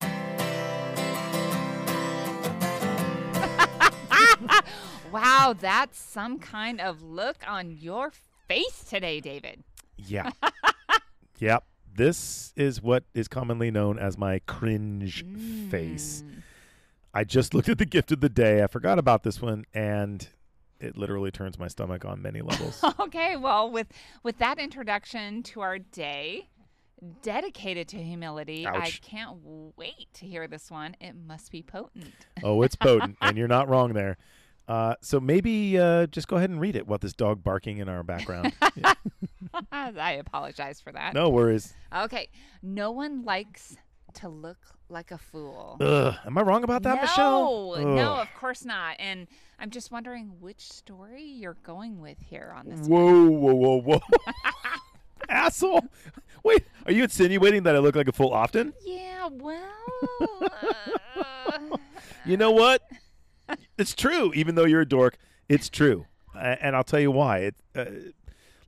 Wow, that's some kind of look on your face today, David. Yeah. yep. This is what is commonly known as my cringe face. I just looked at the gift of the day. I forgot about this one, and it literally turns my stomach on many levels. Okay, well, with with that introduction to our day dedicated to humility, I Ouch. can't wait to hear this one. It must be potent. oh, it's potent, and you're not wrong there. Uh, so maybe uh, just go ahead and read it. What this dog barking in our background? Yeah. I apologize for that. No worries. Okay, no one likes to look like a fool. Ugh. Am I wrong about that, Michelle? No, no, Ugh. of course not. And I'm just wondering which story you're going with here on this. Whoa, whoa, whoa, whoa. Asshole. Wait, are you insinuating that I look like a fool often? Yeah, well, uh, You know what? It's true. Even though you're a dork, it's true, A- and I'll tell you why. It, uh,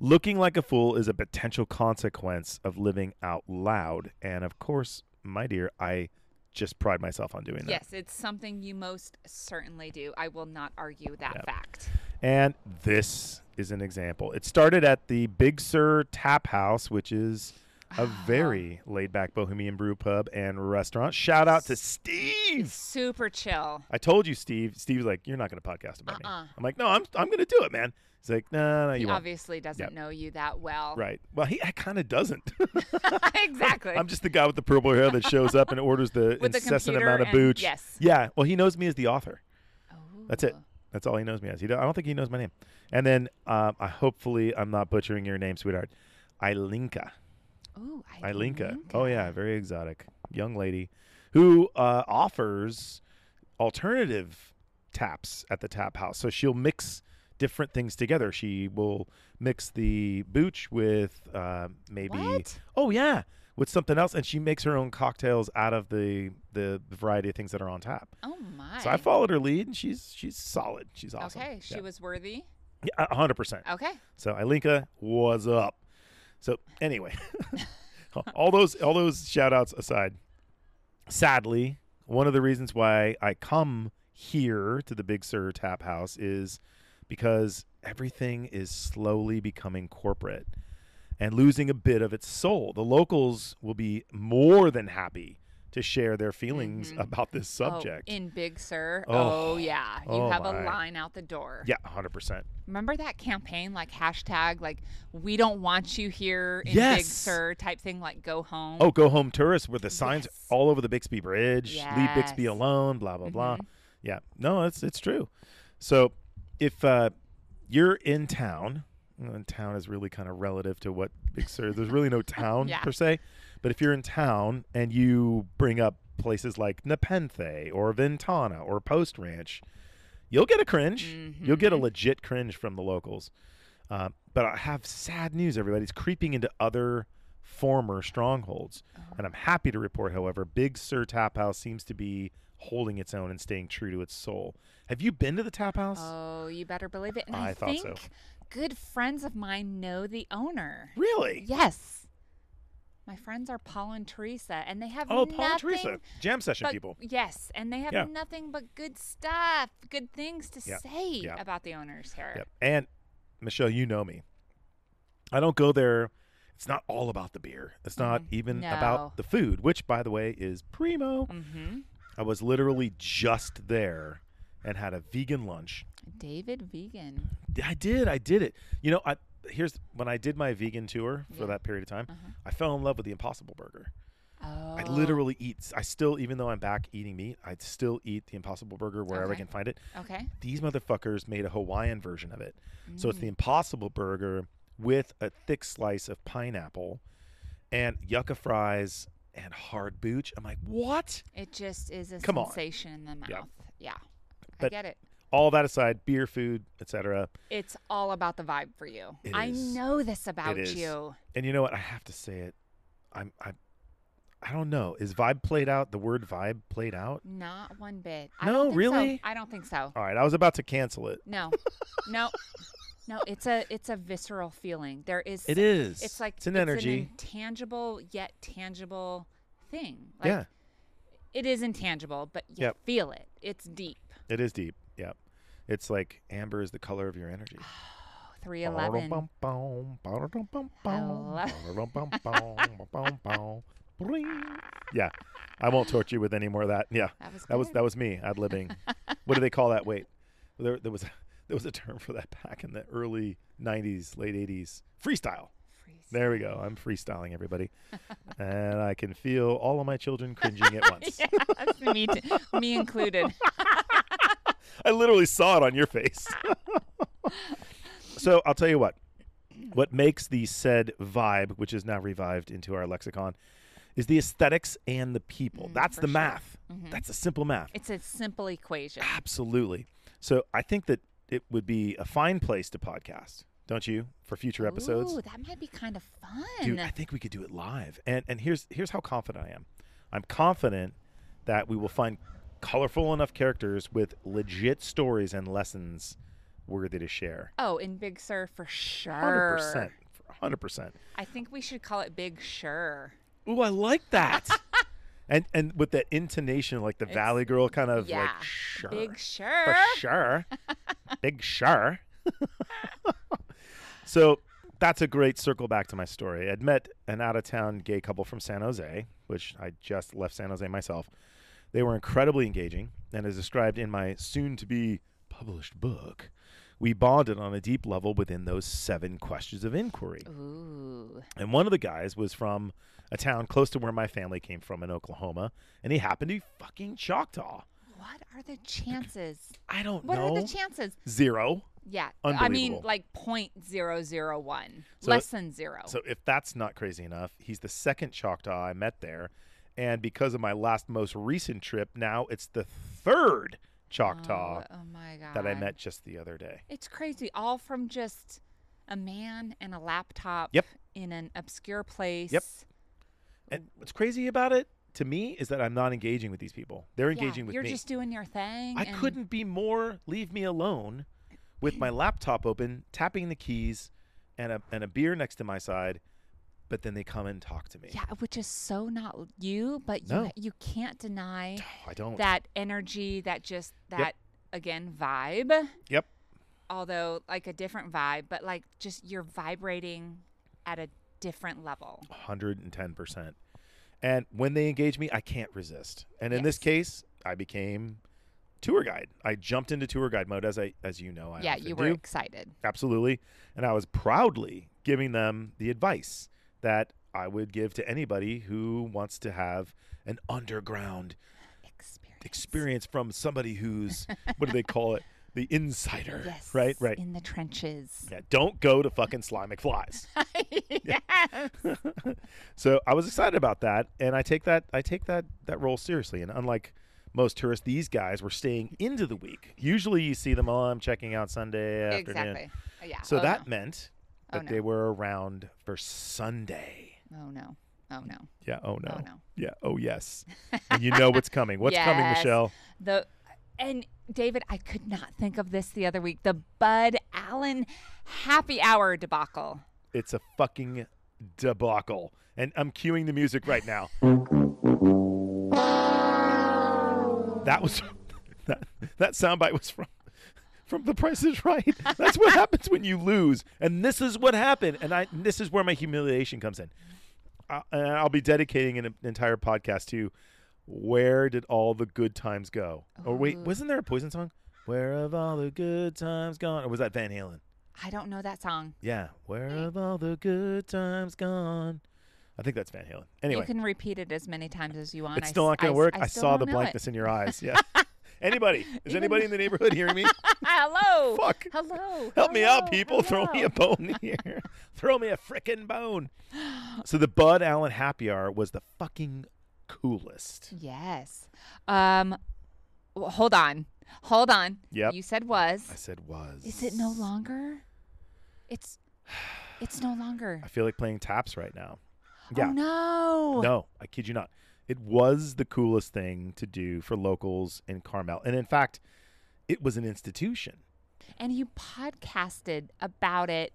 looking like a fool is a potential consequence of living out loud, and of course, my dear, I just pride myself on doing that. yes, it's something you most certainly do. I will not argue that fact. And this is an example. It started at the Big Sur Tap House, which is a very laid back bohemian brew pub and restaurant. Shout out to Steve. Super chill. I told you, Steve. Steve's like, you're not going to podcast about Uh-uh. me. I'm like, no, I'm, I'm going to do it, man. He's like, no, no, He you won't. obviously doesn't Yep. know you that well. Right. Well, he kind of doesn't. exactly. I'm just the guy with the purple hair that shows up and orders the With the incessant computer amount of and- booch. yes. Uh-huh. Yeah. Well, he knows me as the author. That's it. Ooh. That's all he knows me as. He don't, I don't think he knows my name. And then um, I hopefully I'm not butchering your name, sweetheart. Ilinka. Ooh, I Ilinka. Mm-hmm. Oh yeah, very exotic young lady who uh, offers alternative taps at the tap house. So she'll mix different things together. She will mix the booch with uh, maybe What? oh yeah with something else, and she makes her own cocktails out of the the variety of things that are on tap. Oh my. So I followed her lead, and she's she's solid. She's awesome. Okay, she yeah. was worthy. Yeah, a hundred percent. Okay. So Ilinka was up. So anyway, all those all those shout outs aside, sadly, one of the reasons why I come here to the Big Sur Tap House is because everything is slowly becoming corporate and losing a bit of its soul. The locals will be more than happy to share their feelings about this subject. Mm-hmm. Oh, in Big Sur. Oh, Oh. yeah. You Oh, have a my. line out the door. yeah, 100%. Remember that campaign, like hashtag, like we don't want you here in Big Yes. Sur type thing, like go home. Oh, go home tourists with the signs Yes. all over the Bixby Bridge. Leave Bixby Yes. Mm-hmm. alone. Blah blah blah. Yeah, no, it's it's true. So if uh, you're in town, and town is really kind of relative to what Big Sur. There's really no town Yeah. per se, but if you're in town and you bring up places like Nepenthe or Ventana or Post Ranch, you'll get a cringe. You'll Mm-hmm. get a legit cringe from the locals. Uh, but I have sad news, everybody. It's creeping into other former strongholds. Oh. And I'm happy to report, however, Big Sur Tap House seems to be holding its own and staying true to its soul. Have you been to the tap house? Oh, you better believe it. And I, I thought think so. good friends of mine know the owner. really? Yes. My friends are Paul and Teresa, and they have Oh, nothing Paul and Teresa, jam session but- people. Yes, and they have Yeah. nothing but good stuff, good things to Yep, say yep. about the owners here. Yep. And Michelle, you know me. I don't go there. It's not all about the beer. It's not even Mm, No. about the food, which, by the way, is primo. Mm-hmm. I was literally just there and had a vegan lunch. David Vegan. I did. I did it. You know, I here's when I did my vegan tour for Yeah. Uh-huh. that period of time. I fell in love with the Impossible Burger. Oh. I literally eat. I still, even though I'm back eating meat, I still eat the Impossible Burger wherever Okay. I can find it. Okay. These motherfuckers made a Hawaiian version of it. So Mm. it's the Impossible Burger with a thick slice of pineapple and yucca fries and hard booch. I'm like, what? It just is a Come on. sensation in the mouth. Yeah. Yeah. I But- get it. All that aside, beer, food, etc. It's all about the vibe for you. It I is. know this about is. you. And you know what? I have to say it. I'm I I don't know. Is vibe played out? The word vibe played out? Not one bit. I No, don't think so. really? I don't think so. All right, I was about to cancel it. No. no. No, it's a it's a visceral feeling. There is It is. It's like it's an energy. intangible yet tangible thing. Like, yeah. It is intangible, but you Yep. feel it. It's deep. It is deep. Yeah. It's like amber is the color of your energy. 311. Yeah, I won't torture you with any more of that. Yeah, That was that was good. that was me ad libbing. what do they call that? Wait, there there was there was a term for that back in the early '90s, late '80s. Freestyle. Freeze. There we go. I'm freestyling everybody, and I can feel all of my children cringing at once. yeah, that's me, too. me included. I literally saw it on your face. so I'll tell you what. What makes the said vibe, which is now revived into our lexicon, is the aesthetics and the people. Mm, That's for the sure. math. Mhm. That's a simple math. It's a simple equation. Absolutely. So I think that it would be a fine place to podcast, don't you, for future episodes? Ooh, that might be kind of fun. Dude, I think we could do it live. And and here's here's how confident I am. I'm confident that we will find colorful enough characters with legit stories and lessons worthy to share. oh, in Big Sur for sure. 100%. 100%. I think we should call it Big Sure. Ooh, I like that. and and with that intonation like the It's- Valley Girl kind of yeah. like sure. Big For Sure. sure. Big sure. so that's a great circle back to my story. I'd met an out of town gay couple from San Jose, which I just left San Jose myself. They were incredibly engaging, and as described in my soon to be published book, we bonded on a deep level within those seven questions of inquiry. Ooh. And one of the guys was from a town close to where my family came from in Oklahoma, and he happened to be fucking Choctaw. What are the chances? I don't What know. are the chances? Zero. Yeah. I mean, Unbelievable. like point zero zero one, So- less than zero. So if that's not crazy enough, he's the second Choctaw I met there, and because of my last most recent trip, now it's the third Choctaw Oh, oh my God. that I met just the other day. It's crazy. All from just a man and a laptop Yep. in an obscure place. And what's crazy about it to me is that I'm not engaging with these people. They're Yeah, engaging with You're me. just doing your thing. I and- couldn't be more leave me alone with my laptop open, tapping the keys and a and a beer next to my side, but then they come and talk to me. Yeah, which is so not you, but you No. you can't deny No, I don't. that energy, that just that again vibe. Yep. Although like a different vibe, but like just you're vibrating at a different level. 110%. And when they engage me, I can't resist. And in this Yes. case, I became tour guide. I jumped into tour guide mode as I as you know I yeah, often you were do. excited. Absolutely. And I was proudly giving them the advice that I would give to anybody who wants to have an underground Experience. experience from somebody who's what do they call it? The insider. Yes. Right? Right. In the trenches. Yeah, don't go to fucking Sly McFlies. yes. so I was excited about that, and I take that I take that that role seriously. And unlike most tourists, these guys were staying into the week. Usually, you see them. Oh, I'm checking out Sunday afternoon. Exactly. Yeah. So oh, that meant Oh, that no. they were around for Sunday. no. Oh no. Oh no. Yeah. Oh no. Oh no. Yeah. Oh yes. and you know what's coming. What's coming, Yes. Michelle? The and David, I could not think of this the other week. The Bud Allen happy hour debacle. It's a fucking debacle. And I'm cueing the music right now. That was that, that soundbite was from from The Price is Right. That's what happens when you lose, and this is what happened. And I this is where my humiliation comes in. I, and I'll be dedicating an entire podcast to where did all the good times go? Or wait, Ooh. wasn't there a Poison song? Where have all the good times gone? Or was that Van Halen? I don't know that song. Yeah. Where have all the good times gone? I think that's Van Halen. Anyway, you can repeat it as many times as you want. it's I still s- not going s- to work. I, still saw don't the know it. blankness in your eyes. Yeah. anybody? Is Even- anybody in the neighborhood hearing me? Hello. Fuck. Hello. Help me out, Hello. people. Throw me Hello. a bone here. Throw me a frickin' bone. So the Bud Allen Happy Hour was the fucking coolest. Yes. Um. w- hold on. Hold on. Yep. You said I was. said was. Is it no longer? It's. It's no longer. I feel like playing taps right now. Uh, Yeah. Oh no. No, I kid you not. It was the coolest thing to do for locals in Carmel. And in fact, it was an institution. and you podcasted about it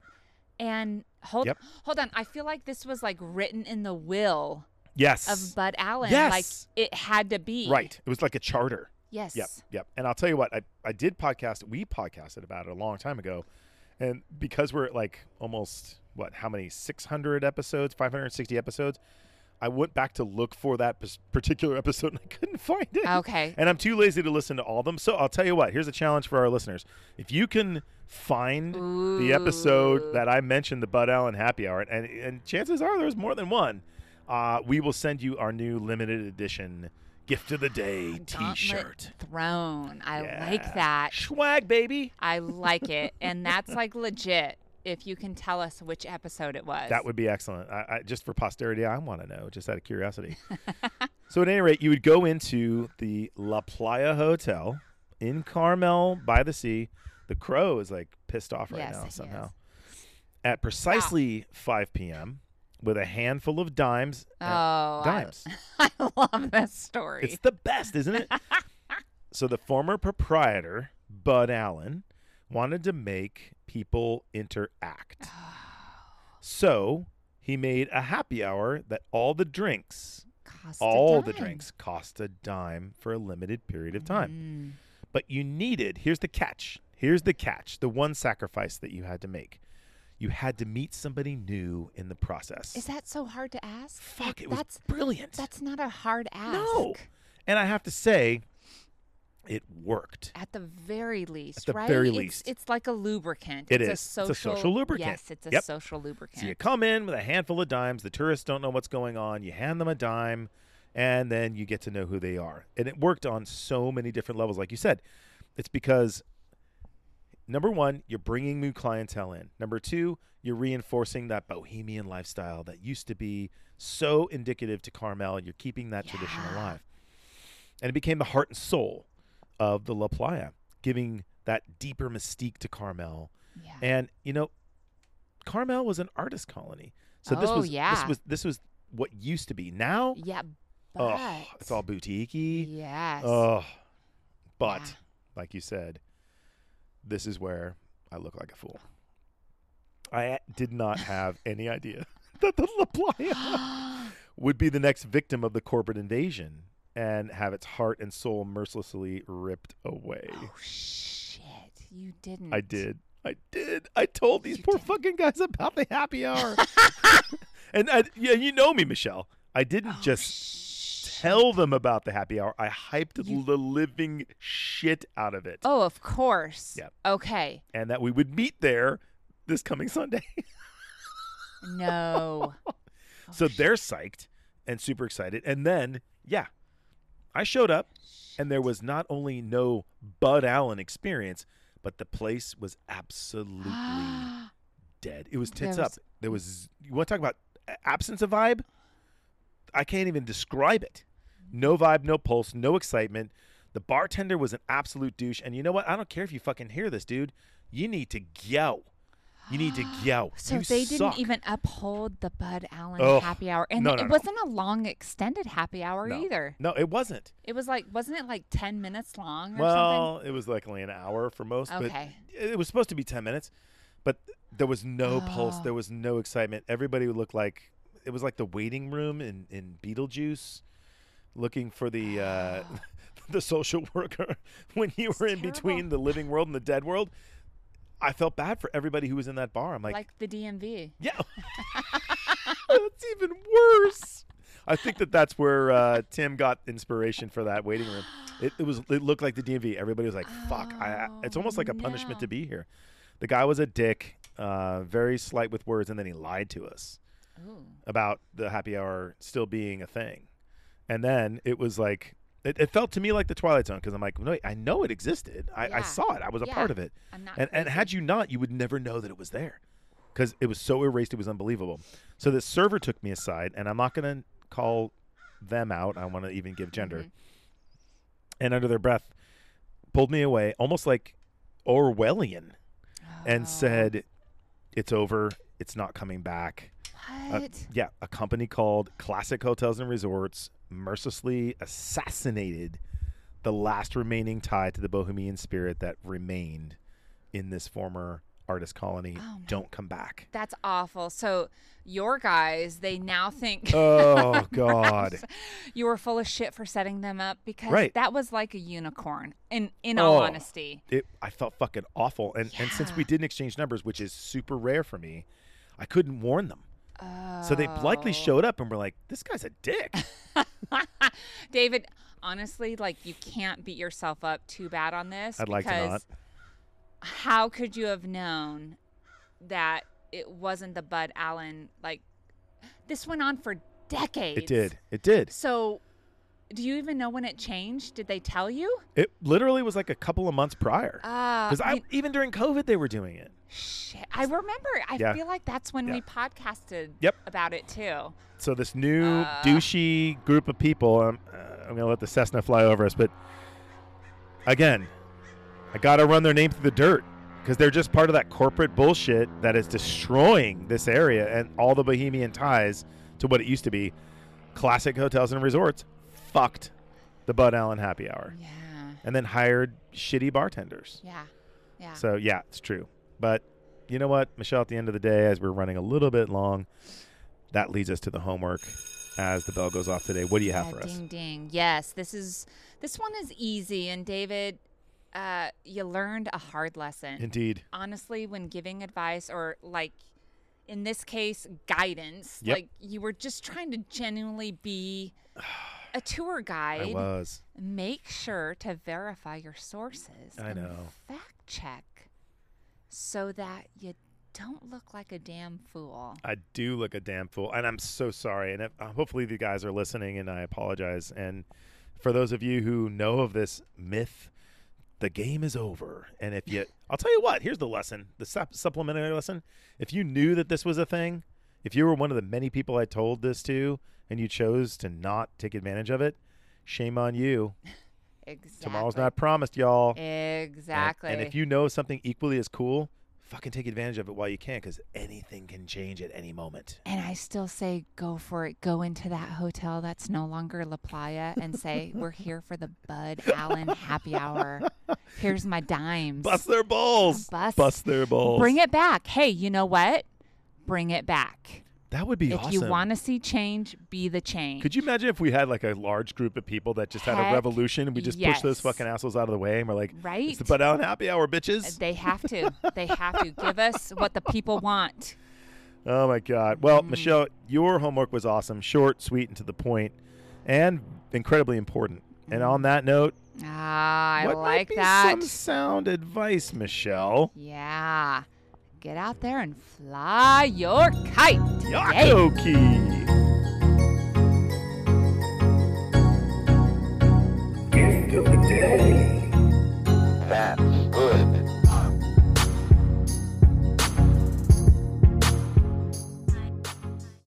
and hold Yep. hold on i feel like this was like written in the will Yes. of bud allen Yes. like it had to be right. It was like a charter. Yes. Yep, yep. And I'll tell you what, I, I did podcast, we podcasted about it a long time ago. And because we're at like almost, what, how many, 600 episodes, 560 episodes, I went back to look for that pers- particular episode and I couldn't find it. Okay. And I'm too lazy to listen to all of them. So I'll tell you what, here's a challenge for our listeners. If you can find the episode Ooh. that I mentioned, the Bud Allen Happy Hour, and, and chances are there's more than one, uh, we will send you our new limited edition gift of the day t Gauntlet shirt. Throne. I Yeah. like that. Swag, baby. I like it. And that's like legit if you can tell us which episode it was. That would be excellent. I, I, just for posterity, I want to know, just out of curiosity. so, at any rate, you would go into the La Playa Hotel in Carmel by the sea. The crow is like pissed off right Yes, now he somehow. is. At precisely 5 p.m., with a handful of dimes. Oh, and- I- dimes. I, love this story. It's the best, isn't it? so the former proprietor, Bud Allen, wanted to make people interact. So he made a happy hour that all the drinks, Cost a all dime. the Mm. drinks cost a dime for a limited period of time. But you needed, here's the catch. Here's the catch, the one sacrifice that you had to make. You had to meet somebody new in the process. Mm. Is that so hard to ask? Fuck, Like, it was that's brilliant. that's not a hard ask. No. And I have to say, it worked. At the very least, the right? very it's, least. It's like a lubricant. It it's is. A It's social, a social lubricant. Yes, it's a Yep. social So you lubricant. come in with a handful of dimes. The tourists don't know what's going on. You hand them a dime, and then you get to know who they are. And it worked on so many different levels. Like you said, it's because number one, you're bringing new clientele in. Number two, you're reinforcing that bohemian lifestyle that used to be so indicative to Carmel. You're keeping that tradition Yeah. alive. And it became the heart and soul of the La Playa, giving that deeper mystique to Carmel yeah. and you know, Carmel was an artist colony. So this Oh, was yeah. this was this was what used to be. Now, yeah. But oh, it's all boutiquey. Yes. Oh, but Yeah. like you said, this is where I look like a fool. I did not have any idea that the La Playa would be the next victim of the corporate invasion and have its heart and soul mercilessly ripped away. Oh, shit. You didn't. I did. I did. I told these You poor did. fucking guys about the happy hour. and I, yeah, you know me, Michelle. I didn't Oh, just shit. tell them about the happy hour. I hyped You- the living shit out of it. Oh, of course. Yep. Okay. And that we would meet there this coming Sunday. No. Oh, so they're psyched and super excited. And then, yeah, I showed up and there was not only no Bud Allen experience, but the place was Ah. absolutely dead. It was tits There up. was- There was you want to talk about a- absence of vibe? I can't even describe it. No vibe, no pulse, no excitement. The bartender was an absolute douche. And you know what? I don't care if you fucking hear this, dude. You need to go. You need to go. so You they suck. didn't even uphold the Bud Allen Ugh. happy hour, and No, no, it no. wasn't a long extended happy hour No. either. No, it wasn't. It was like, wasn't it like ten minutes long or Well, it was like only an hour for most, something? but Okay. it was supposed to be 10 minutes but there was no pulse Oh. there was no excitement everybody looked like it was like the waiting room in in beetlejuice looking for the uh the social worker when you It's were in between terrible. the living world and the dead world i felt bad for everybody who was in that bar i'm like, Like, the DMV. yeah that's even worse i think that that's where uh, tim got inspiration for that waiting room it, it was it looked like the DMV. Everybody was like, "Fuck!" I, I- it's Oh, almost like a punishment no. to be here. The guy was a dick, uh, very slight with words, and then he lied to us Ooh. about the happy hour still being a thing. And then it was like it, it felt to me like the Twilight Zone because I'm like, "No, I know it existed. I, I Yeah. saw it. I was a Yeah. part of it. I'm not. And and crazy. had you not, you would never know that it was there because it was so erased. It was unbelievable. So the server took me aside, and I'm not gonna call them out. I want to even give gender Mhm. and under their breath pulled me away almost like Orwellian and Oh. said, It's over. It's not coming back. Uh, "What? yeah, a company called Classic Hotels and Resorts mercilessly assassinated the last remaining tie to the bohemian spirit that remained in this former artist colony Oh, my- don't come back. That's awful. So your guys, they now think Oh God. you were full of shit for setting them up because Right. that was like a unicorn. In in all Oh. honesty, It I felt fucking awful. And and since we Yeah. didn't exchange numbers, which is super rare for me, I couldn't warn them. So they likely Oh. showed up and were like, This guy's a dick. David, honestly, like you can't beat yourself up too bad on this. I'd like to because not. How could you have known that it wasn't the Bud Allen? Like this went on for decades. It did. It did. So, do you even know when it changed? Did they tell you? It literally was like a couple of months prior. Uh, Because I, mean, even during COVID they were doing it. shit. I remember. I Yeah. feel like that's when Yeah. we podcasted Yep. about it too. So this new Uh. douchey group of people, I'm, uh, I'm gonna let the Cessna fly over us, but again, I gotta run their name through the dirt because they're just part of that corporate bullshit that is destroying this area and all the Bohemian ties to what it used to be. Classic hotels and resorts fucked the Bud Allen Happy Hour Yeah. and then hired shitty bartenders. Yeah. Yeah. So yeah, it's true. But you know what, Michelle? At the end of the day, as we're running a little bit long, that leads us to the homework. As the bell goes off today, what do you have Yeah, for us? Ding ding. Yes, this is this one is easy. And David, uh, you learned a hard lesson. Indeed. Honestly, when giving advice or like in this case, guidance, Yep. like you were just trying to genuinely be a tour guide. I was. Make sure to verify your sources. I and know. Fact check so that you don't look like a damn fool. I do look a damn fool, and I'm so sorry. And if, uh, hopefully, the guys are listening, and I apologize. And for those of you who know of this myth, the game is over. And if you, I'll tell you what. Here's the lesson, the sup- supplementary lesson. If you knew that this was a thing, if you were one of the many people I told this to, and you chose to not take advantage of it, shame on you. Exactly. Tomorrow's not promised, y'all. And- Exactly. And, if you know something equally as cool, fucking take advantage of it while you can, because anything can change at any moment. And I still say, go for it. Go into that hotel that's no longer La Playa and say, we're here for the Bud Allen happy hour. Here's my dimes. Bust their balls. Bust- their balls. Bring it back. Hey, you know what? Bring it back. That would be if awesome. you want to see change, be the change. Could you imagine if we had like a large group of people that just had a Heck revolution and we just pushed those yes. fucking assholes out of the way and we're like, Right? it's the Bud Allen happy hour, bitches. they have to. They have to. Give us what the people want. Oh my God. Well, Mm-hmm. Michelle, your homework was awesome. Short, sweet, and to the point, and incredibly important. And on that note, Ah, I what might like be that. some sound advice, Michelle? Yeah. Get out there and fly your kite. today. Yakoki.